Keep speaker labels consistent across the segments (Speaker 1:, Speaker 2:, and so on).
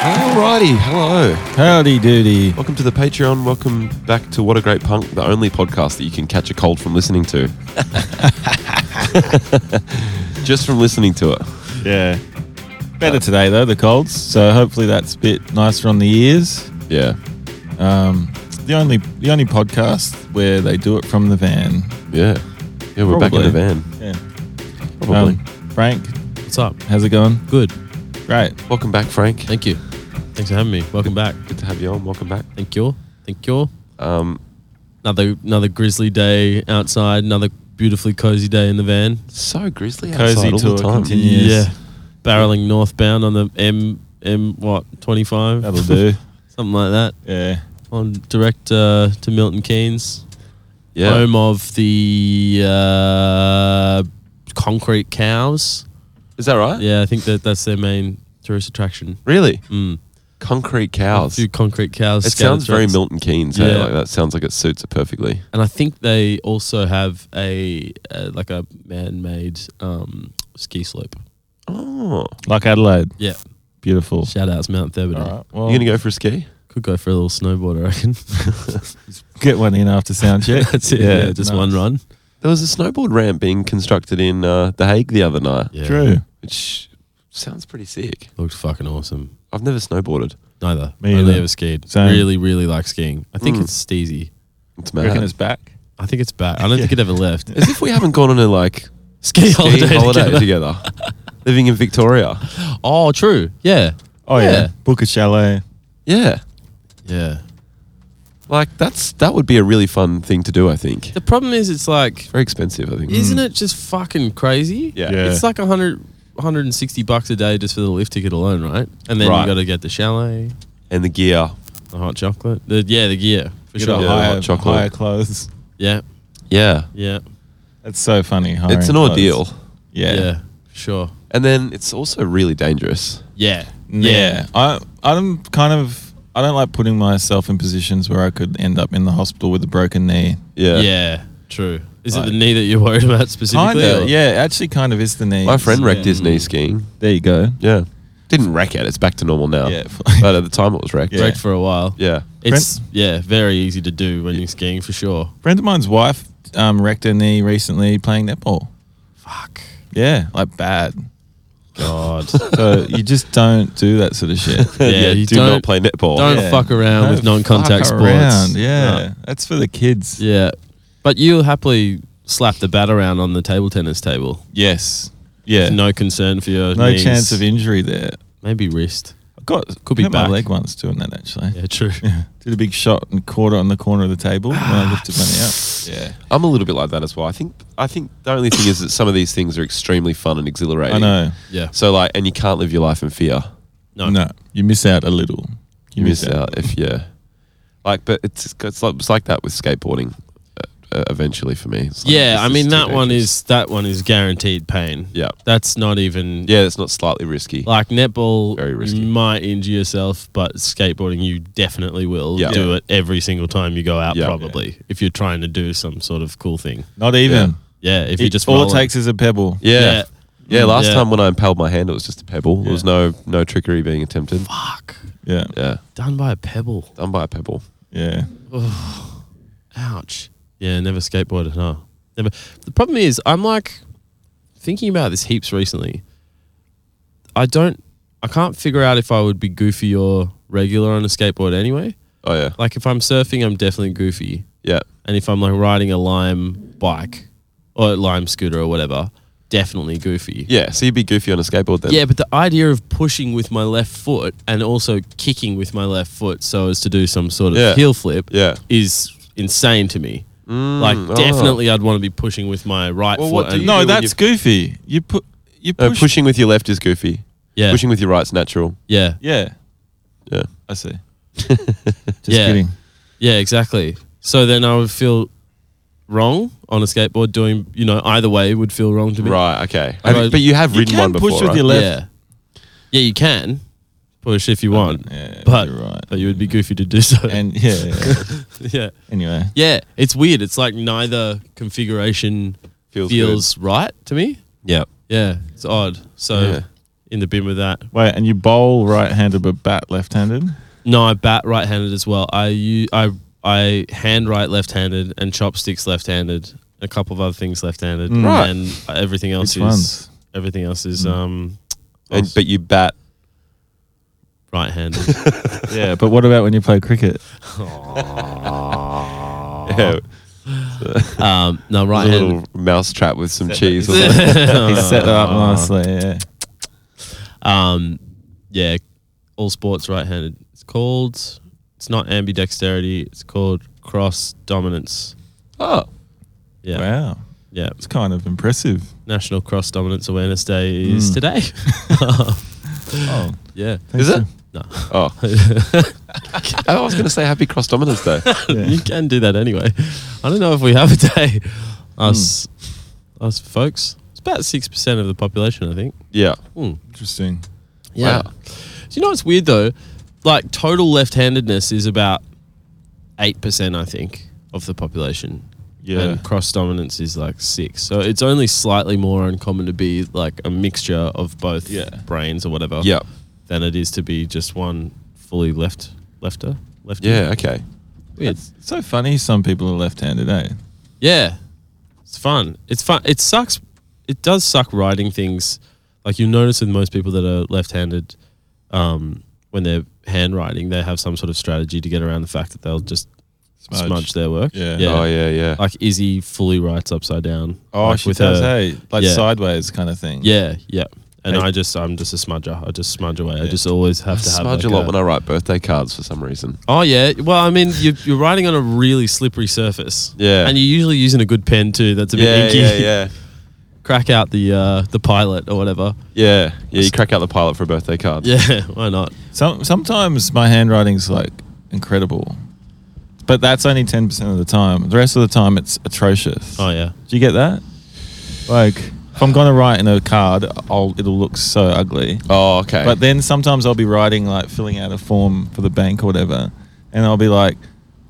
Speaker 1: Alrighty, hello.
Speaker 2: Howdy doody.
Speaker 1: Welcome to the Patreon. Welcome back to What a Great Punk, the only podcast that you can catch a cold from listening to. Just from listening to it.
Speaker 2: Yeah. Better today though, the colds. So hopefully that's a bit nicer on the ears.
Speaker 1: Yeah,
Speaker 2: Um, it's the only the only podcast where they do it from the van.
Speaker 1: yeah, yeah. We're back in the
Speaker 2: Probably. Um,
Speaker 1: van. Um,
Speaker 2: Yeah.
Speaker 1: Probably.
Speaker 2: Frank,
Speaker 3: What's up?
Speaker 2: how's it going?
Speaker 3: Good.
Speaker 2: Great.
Speaker 1: Welcome back, Frank.
Speaker 3: Thank you. Thanks for having me. Welcome back.
Speaker 1: Good to have you on. Welcome back.
Speaker 3: Thank you. Thank you.
Speaker 1: Um,
Speaker 3: Another another grizzly day outside. Another beautifully cozy day in the van.
Speaker 1: so grizzly
Speaker 2: Cozy
Speaker 1: outside all
Speaker 2: till
Speaker 1: the
Speaker 2: it
Speaker 1: time.
Speaker 2: continues. Yes.
Speaker 3: Yeah. Barreling northbound on the M M what twenty five
Speaker 2: That'll do.
Speaker 3: something like that
Speaker 2: yeah.
Speaker 3: on direct uh, to Milton Keynes,
Speaker 1: Yeah,
Speaker 3: home of the uh, concrete cows.
Speaker 1: is that right?
Speaker 3: Yeah, I think that that's their main tourist attraction.
Speaker 1: Really?
Speaker 3: Mm.
Speaker 1: Concrete
Speaker 3: A
Speaker 1: cows.
Speaker 3: few
Speaker 1: It
Speaker 3: concrete cows. scattered
Speaker 1: sounds very
Speaker 3: throughout-
Speaker 1: Milton Keynes. Yeah,
Speaker 3: Yeah.
Speaker 1: like that sounds like it suits it perfectly.
Speaker 3: and I think they also have a uh, like a man-made um, ski slope.
Speaker 1: Oh,
Speaker 2: Like Adelaide.
Speaker 3: Yeah,
Speaker 2: Beautiful.
Speaker 3: shout outs Mount
Speaker 2: All
Speaker 3: Thurber.
Speaker 2: right. Well,
Speaker 1: you gonna go for a ski?
Speaker 3: Could go for a little snowboard, I reckon.
Speaker 2: get one in after sound check.
Speaker 3: That's it. Yeah, just
Speaker 2: nice.
Speaker 3: one run.
Speaker 1: There was a snowboard ramp being constructed in uh, The Hague the other night,
Speaker 3: Yeah,
Speaker 2: True.
Speaker 1: which sounds pretty sick.
Speaker 3: looked fucking awesome.
Speaker 1: I've never snowboarded.
Speaker 3: Neither.
Speaker 2: Me
Speaker 3: Only
Speaker 2: either.
Speaker 3: ever skied.
Speaker 2: Same.
Speaker 3: Really, really like skiing. I think
Speaker 1: Mm.
Speaker 3: it's steezy.
Speaker 1: It's
Speaker 2: You
Speaker 1: mad.
Speaker 2: Reckon it's back.
Speaker 3: I think it's back. I don't think it ever left.
Speaker 1: As if we haven't gone on a like
Speaker 3: Ski
Speaker 1: skiing
Speaker 3: holiday.
Speaker 1: holiday
Speaker 3: together.
Speaker 1: together. Living in Victoria.
Speaker 3: Oh, true. Yeah.
Speaker 2: Oh yeah.
Speaker 3: Yeah.
Speaker 2: Book a chalet.
Speaker 1: Yeah.
Speaker 3: Yeah.
Speaker 1: Like that's that would be a really fun thing to do, I think.
Speaker 3: The problem is, it's like,
Speaker 1: Very expensive, I think.
Speaker 3: isn't it just fucking crazy?
Speaker 1: Yeah.
Speaker 2: Yeah.
Speaker 3: It's like 100, 160 bucks a day just for the lift ticket alone, right? And then
Speaker 1: Right.
Speaker 3: you got to get the chalet,
Speaker 1: And the gear.
Speaker 3: the hot chocolate. The, yeah, the gear. For
Speaker 2: Get
Speaker 3: sure.
Speaker 2: a
Speaker 1: Yeah,
Speaker 2: higher,
Speaker 1: hot chocolate.
Speaker 2: higher clothes.
Speaker 3: Yeah.
Speaker 1: Yeah.
Speaker 3: Yeah.
Speaker 2: That's so funny.
Speaker 1: It's
Speaker 2: hiring
Speaker 1: an
Speaker 2: clothes.
Speaker 1: ordeal.
Speaker 3: Yeah.
Speaker 2: Yeah.
Speaker 3: for sure.
Speaker 1: And then it's also really dangerous.
Speaker 3: Yeah.
Speaker 2: Yeah. I I'm kind of I don't like putting myself in positions where I could end up in the hospital with a broken knee.
Speaker 1: Yeah.
Speaker 3: Yeah. True. Is
Speaker 2: Like-
Speaker 3: it the knee that you're worried about specifically?
Speaker 2: Kind
Speaker 3: or-
Speaker 2: of, yeah. Actually, kind of is the knee.
Speaker 1: My friend
Speaker 2: Yeah.
Speaker 1: wrecked his knee skiing.
Speaker 2: There you go.
Speaker 1: Yeah. Didn't wreck it, it's back to normal now.
Speaker 2: Yeah.
Speaker 1: But at the time it was wrecked.
Speaker 2: Yeah.
Speaker 3: Wrecked for a while.
Speaker 1: Yeah.
Speaker 3: It's, yeah, very easy to do when you're skiing for sure.
Speaker 2: friend of mine's wife um, wrecked her knee recently playing netball.
Speaker 3: Fuck.
Speaker 2: Yeah, like bad.
Speaker 3: God.
Speaker 2: So you just don't do that sort of shit.
Speaker 1: Yeah,
Speaker 3: you
Speaker 1: do not
Speaker 3: don't-
Speaker 1: play netball.
Speaker 3: don't
Speaker 2: Yeah.
Speaker 3: fuck around
Speaker 2: Don't
Speaker 3: with
Speaker 2: fuck
Speaker 3: non-contact sports.
Speaker 2: around. Yeah,
Speaker 3: No.
Speaker 2: that's for the kids.
Speaker 3: Yeah. But you'll happily slap the bat around on the table tennis table.
Speaker 2: Yes. Yeah. No,
Speaker 3: No concern for your knees.
Speaker 2: chance of injury there.
Speaker 3: Maybe wrist.
Speaker 2: I got
Speaker 3: Could be
Speaker 2: hurt my
Speaker 3: back.
Speaker 2: leg once doing that actually.
Speaker 3: Yeah, true.
Speaker 2: Yeah. Did a big shot and caught it on the corner of the table when I lifted money up. Yeah.
Speaker 1: I'm a little bit like that as well. I think I think the only thing is that some of these things are extremely fun and exhilarating.
Speaker 2: I know.
Speaker 3: Yeah.
Speaker 1: So like, and you can't live your life in fear.
Speaker 3: No.
Speaker 2: No. You miss out a little.
Speaker 1: You miss out if yeah. Like, but it's it's like, it's like that with skateboarding. Uh, uh, eventually, for me. It's like,
Speaker 3: Yeah,
Speaker 1: this
Speaker 3: I mean
Speaker 1: too
Speaker 3: that one
Speaker 1: dangerous.
Speaker 3: is that one is guaranteed pain.
Speaker 1: Yeah,
Speaker 3: That's not even
Speaker 1: yeah. It's not slightly risky.
Speaker 3: like netball
Speaker 1: Very risky.
Speaker 3: you might injure yourself, but skateboarding you definitely will
Speaker 1: Yeah.
Speaker 3: do it every single time you go out
Speaker 1: Yeah.
Speaker 3: probably if you're trying to do some sort of cool thing.
Speaker 2: Not even.
Speaker 3: Yeah, if
Speaker 2: It,
Speaker 3: you just
Speaker 2: all
Speaker 3: roll
Speaker 2: it
Speaker 3: it.
Speaker 2: takes is a pebble.
Speaker 1: yeah. yeah.
Speaker 3: yeah. mm,
Speaker 1: last
Speaker 3: Yeah.
Speaker 1: time when I impaled my hand, it was just a pebble. There was no no trickery being attempted.
Speaker 3: Fuck.
Speaker 2: Yeah.
Speaker 1: Yeah,
Speaker 3: Done by a pebble.
Speaker 1: done by a pebble.
Speaker 2: Yeah.
Speaker 3: Ouch. Yeah, never skateboarded, huh? Never. The problem is, I'm like thinking about this heaps recently. I don't, I can't figure out if I would be goofy or regular on a skateboard anyway.
Speaker 1: Oh yeah,
Speaker 3: Like if I'm surfing, I'm definitely goofy.
Speaker 1: yeah,
Speaker 3: And if I'm like riding a Lime bike or a Lime scooter or whatever, definitely goofy.
Speaker 1: yeah. So you'd be goofy on a skateboard then.
Speaker 3: Yeah, but the idea of pushing with my left foot and also kicking with my left foot so as to do some sort of
Speaker 1: Yeah.
Speaker 3: heel flip
Speaker 1: yeah.
Speaker 3: is insane to me. like
Speaker 1: Mm, oh.
Speaker 3: definitely I'd want to be pushing with my right
Speaker 1: Well,
Speaker 3: foot.
Speaker 1: what do
Speaker 3: and-
Speaker 1: you
Speaker 2: No,
Speaker 1: when
Speaker 2: that's goofy. You put you
Speaker 1: No,
Speaker 3: Uh,
Speaker 2: push,
Speaker 1: Uh, pushing with your left is goofy.
Speaker 3: yeah,
Speaker 1: Pushing with your right's natural.
Speaker 3: yeah,
Speaker 2: Yeah.
Speaker 1: Yeah.
Speaker 2: I see. Just
Speaker 3: Yeah.
Speaker 2: kidding.
Speaker 3: yeah, exactly. So then I would feel wrong on a skateboard doing, you know, either way would feel wrong to me.
Speaker 1: Right. Okay.
Speaker 3: Like,
Speaker 1: Have you- but you have
Speaker 2: you
Speaker 1: ridden
Speaker 2: can
Speaker 1: one
Speaker 2: push
Speaker 1: before. right?
Speaker 2: with your left.
Speaker 3: Yeah, yeah, you can push if
Speaker 1: Uh,
Speaker 3: you want,
Speaker 2: Yeah.
Speaker 3: But-
Speaker 2: you're right.
Speaker 3: but you would be goofy to do so.
Speaker 2: and yeah, yeah.
Speaker 3: yeah,
Speaker 2: anyway.
Speaker 3: yeah, it's weird. It's like neither configuration
Speaker 1: feels,
Speaker 3: feels right to me.
Speaker 1: yeah
Speaker 3: Yeah, it's odd. So
Speaker 1: Yeah.
Speaker 3: yeah, in the bin with that.
Speaker 2: Wait, and you bowl right-handed but bat left-handed?
Speaker 3: No, I bat right-handed as well. I u- I I hand right left-handed and chopsticks left-handed. A couple of other things left-handed,
Speaker 1: Right.
Speaker 3: and everything else
Speaker 2: Which
Speaker 3: is
Speaker 2: ones? Mm.
Speaker 3: everything else is um
Speaker 1: And, but you bat.
Speaker 3: right-handed.
Speaker 2: yeah, but what about when you play cricket?
Speaker 1: Yeah,
Speaker 3: um, no,
Speaker 1: a
Speaker 3: right-handed.
Speaker 1: little mouse trap with some cheese. Or something.
Speaker 2: He set
Speaker 3: Set
Speaker 2: that up nicely. Yeah.
Speaker 3: Um, yeah, all sports right-handed. It's called. It's not ambidexterity. It's called cross dominance.
Speaker 1: oh,
Speaker 3: Yeah,
Speaker 2: Wow,
Speaker 3: yeah.
Speaker 2: it's kind of impressive.
Speaker 3: National Cross Dominance Awareness Day is
Speaker 2: Mm.
Speaker 3: today.
Speaker 2: Oh,
Speaker 3: yeah.
Speaker 1: is it?
Speaker 3: No.
Speaker 1: Oh, I was going to say Happy Cross Dominance Day.
Speaker 2: Yeah.
Speaker 3: you can do that anyway. I don't know if we have a day. Us,
Speaker 2: Hmm.
Speaker 3: us folks. It's about six percent of the population, I think. Hmm.
Speaker 1: Yeah.
Speaker 2: Interesting.
Speaker 1: Wow.
Speaker 3: Do you know what's weird though? Like total left-handedness is about eight percent, I think, of the population.
Speaker 2: Yeah.
Speaker 3: And cross dominance is like six. So it's only slightly more uncommon to be like a mixture of both
Speaker 2: Yeah.
Speaker 3: brains or whatever.
Speaker 1: Yeah.
Speaker 3: than it is to be just one fully left lefter lefty.
Speaker 1: Yeah. Okay.
Speaker 3: weird.
Speaker 2: It's so funny. Some people are left-handed, eh?
Speaker 3: Yeah, it's fun. It's fun. It sucks. It does suck writing things. Like you notice with most people that are left-handed, um, when they're handwriting, they have some sort of strategy to get around the fact that they'll just smudge, their work.
Speaker 2: Yeah.
Speaker 1: Oh yeah. Yeah.
Speaker 3: Like Izzy fully writes upside down.
Speaker 2: Oh,
Speaker 3: like,
Speaker 2: she does.
Speaker 3: her-
Speaker 2: hey, like
Speaker 3: yeah.
Speaker 2: sideways kind of thing.
Speaker 3: Yeah, yeah. And
Speaker 2: Hey.
Speaker 3: I just, I'm just a smudger. I just smudge away. I
Speaker 2: Yeah.
Speaker 3: just always
Speaker 1: I
Speaker 3: have to have
Speaker 1: smudge a
Speaker 3: like
Speaker 1: lot when I write birthday cards for some reason.
Speaker 3: Oh yeah. Well, I mean, you're, you're riding on a really slippery surface.
Speaker 1: Yeah.
Speaker 3: And you're usually using a good pen too. That's a bit inky.
Speaker 1: yeah. Yeah.
Speaker 3: Crack out the uh, the pilot or whatever.
Speaker 1: Yeah. Yeah. You crack out the pilot for a birthday card.
Speaker 3: Yeah. Why not?
Speaker 2: Some sometimes my handwriting's like incredible, but that's only ten percent of the time. The rest of the time, it's atrocious.
Speaker 3: Oh yeah.
Speaker 2: Do you get that? Like, if I'm gonna write in a card, I'll it'll look so ugly.
Speaker 1: Oh, okay.
Speaker 2: But then sometimes I'll be writing like filling out a form for the bank or whatever, and I'll be like,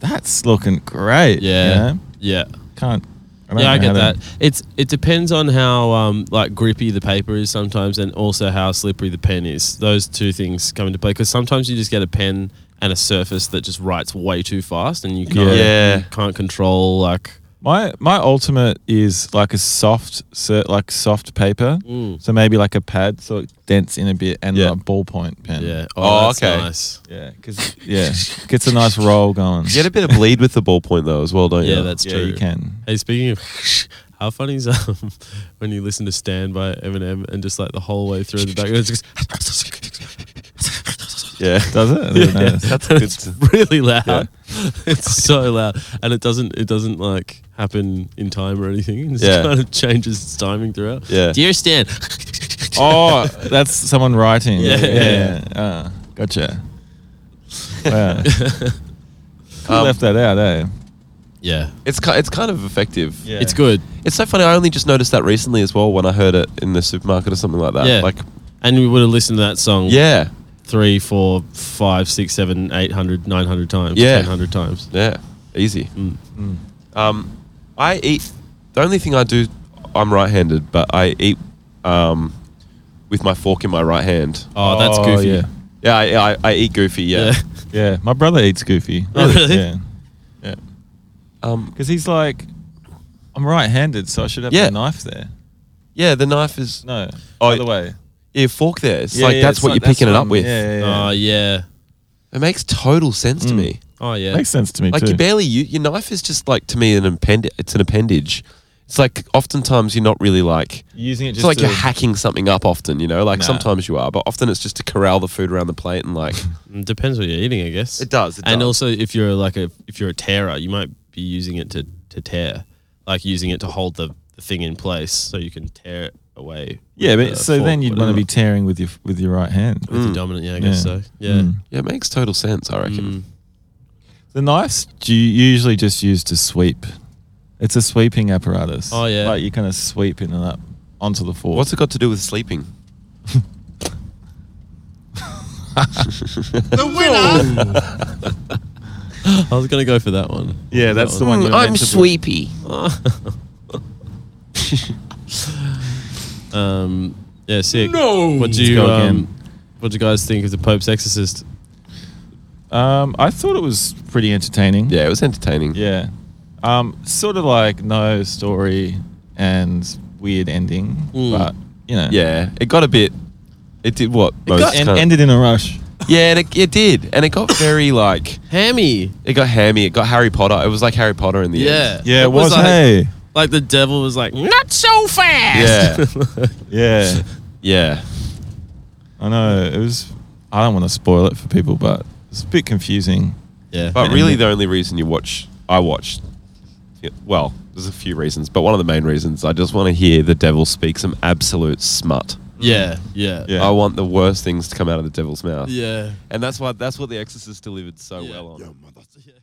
Speaker 2: "That's looking great." you
Speaker 3: Yeah.
Speaker 2: know?
Speaker 3: Yeah.
Speaker 2: can't. I don't
Speaker 3: yeah, I
Speaker 2: know
Speaker 3: get
Speaker 2: how
Speaker 3: that.
Speaker 2: to-
Speaker 3: It's it depends on how um, like grippy the paper is sometimes, and also how slippery the pen is. Those two things come into play because sometimes you just get a pen and a surface that just writes way too fast, and you can't
Speaker 1: Yeah.
Speaker 3: you can't control like
Speaker 2: My my ultimate is like a soft, cer- like soft paper.
Speaker 3: Mm.
Speaker 2: So maybe like a pad, so it dents in a bit, and
Speaker 1: Yeah.
Speaker 2: a ballpoint pen.
Speaker 3: yeah.
Speaker 1: Oh,
Speaker 3: that's
Speaker 1: okay.
Speaker 3: Nice.
Speaker 2: yeah, because yeah, gets a nice roll going.
Speaker 1: you get a bit of bleed with the ballpoint though as well, don't you?
Speaker 3: Yeah, that's
Speaker 2: yeah,
Speaker 3: true.
Speaker 2: you can.
Speaker 3: Hey, speaking of, how funny is um, when you listen to Stand by Eminem and just like the whole way through the back, it's just
Speaker 1: yeah.
Speaker 2: Does it? I didn't
Speaker 3: Yeah.
Speaker 2: notice.
Speaker 1: That's good.
Speaker 3: it's really loud.
Speaker 1: Yeah.
Speaker 3: It's so loud, and it doesn't it doesn't like happen in time or anything. It just
Speaker 1: Yeah.
Speaker 3: kind of changes its timing throughout.
Speaker 1: Yeah.
Speaker 3: Dear Stan.
Speaker 2: Oh, that's someone writing.
Speaker 3: Yeah.
Speaker 2: yeah. Uh, gotcha. Wow. Could
Speaker 1: Um,
Speaker 2: left that out, eh?
Speaker 3: yeah.
Speaker 1: It's ki- it's kind of effective.
Speaker 2: Yeah.
Speaker 3: It's good.
Speaker 1: It's so funny. I only just noticed that recently as well when I heard it in the supermarket or something like that.
Speaker 3: Yeah.
Speaker 1: Like
Speaker 3: And we would have listened to that song
Speaker 1: yeah,
Speaker 3: three, four, five, six, seven, eight hundred, nine hundred times,
Speaker 1: Yeah.
Speaker 3: ten hundred times.
Speaker 1: yeah, easy.
Speaker 3: Mm.
Speaker 1: Um, I eat. The only thing I do, I'm right-handed, but I eat um, with my fork in my right hand.
Speaker 3: Oh, that's goofy.
Speaker 2: Yeah.
Speaker 1: Yeah, I, I, I eat goofy. Yeah.
Speaker 3: yeah.
Speaker 2: yeah. My brother eats Goofy.
Speaker 3: Oh, really?
Speaker 2: Yeah. Yeah.
Speaker 1: Um,
Speaker 2: Because he's like, I'm right-handed, so I should have
Speaker 1: Yeah.
Speaker 2: a knife there.
Speaker 1: yeah, the knife is
Speaker 2: No,
Speaker 1: Oh,
Speaker 2: other way.
Speaker 1: yeah fork there. It's
Speaker 2: Yeah,
Speaker 1: like
Speaker 2: yeah,
Speaker 1: that's
Speaker 2: it's
Speaker 1: what
Speaker 2: like-
Speaker 1: you're picking it
Speaker 2: what
Speaker 1: up
Speaker 2: I'm-
Speaker 1: with.
Speaker 2: Yeah, yeah,
Speaker 3: Oh
Speaker 2: yeah.
Speaker 3: yeah.
Speaker 1: It makes total sense to
Speaker 2: Mm.
Speaker 1: me.
Speaker 3: Oh yeah.
Speaker 2: Makes sense to me
Speaker 1: Like
Speaker 2: too.
Speaker 1: you barely you, your knife is just like to me an append. It's an appendage. It's like oftentimes you're not really like.
Speaker 2: You're using it
Speaker 1: It's
Speaker 2: just
Speaker 1: like
Speaker 2: to,
Speaker 1: you're hacking something up often, you know. Like
Speaker 2: Nah.
Speaker 1: sometimes you are, but often it's just to corral the food around the plate and like
Speaker 3: Mm, Depends what you're eating, I guess.
Speaker 1: it does. It
Speaker 3: and
Speaker 1: does.
Speaker 3: also, if you're like a if you're a tearer, you might be using it to to tear, like using it to hold the, the thing in place so you can tear it away. with
Speaker 2: Yeah,
Speaker 3: the
Speaker 2: but so
Speaker 3: uh, fork,
Speaker 2: then you'd want to
Speaker 3: whatever.
Speaker 2: be tearing with your with your right hand.
Speaker 3: with the
Speaker 1: Mm.
Speaker 3: dominant. Yeah, I guess
Speaker 2: Yeah.
Speaker 3: so. Yeah.
Speaker 2: Mm.
Speaker 1: yeah, it makes total sense. I reckon.
Speaker 3: Mm.
Speaker 2: The knife's do you usually just use to sweep. It's a sweeping apparatus.
Speaker 3: Oh, yeah.
Speaker 2: like you kind of sweep in and up onto the fork.
Speaker 1: What's it got to do with sleeping?
Speaker 3: I was gonna go for that one.
Speaker 2: Yeah, that's
Speaker 1: Mm,
Speaker 2: the one. You're meant to put-
Speaker 3: Um, Yeah, sick.
Speaker 4: No.
Speaker 3: What
Speaker 2: Let's
Speaker 3: do you
Speaker 2: go
Speaker 3: um,
Speaker 2: again.
Speaker 3: What do you guys think of the Pope's Exorcist?
Speaker 2: Um, I thought it was pretty entertaining.
Speaker 1: Yeah, it was entertaining.
Speaker 2: Yeah. Um, sort of like no story and weird ending,
Speaker 3: Mm.
Speaker 2: but you know,
Speaker 1: Yeah, it got a bit. It did what?
Speaker 2: It got, en-
Speaker 1: kind of-
Speaker 2: ended in a rush.
Speaker 1: yeah, and it, it did, and it got very like
Speaker 3: Hammy.
Speaker 1: it got hammy. It got Harry Potter. It was like Harry Potter in the
Speaker 3: Yeah.
Speaker 1: end.
Speaker 2: Yeah, it, was.
Speaker 3: like,
Speaker 2: hey,
Speaker 3: like the devil was like, not so fast. Yeah.
Speaker 2: yeah,
Speaker 1: Yeah,
Speaker 2: I know it was. I don't want to spoil it for people, but it's a bit confusing.
Speaker 3: yeah.
Speaker 1: but really the only reason you watch, I watched. Well, there's a few reasons, but one of the main reasons I just want to hear the devil speak some absolute smut.
Speaker 3: yeah. Yeah.
Speaker 2: Yeah.
Speaker 1: I want the worst things to come out of the devil's mouth.
Speaker 3: Yeah.
Speaker 1: And that's why that's what The Exorcist delivered so
Speaker 3: Yeah.
Speaker 1: well on.
Speaker 4: Yo, mother-
Speaker 3: Yeah.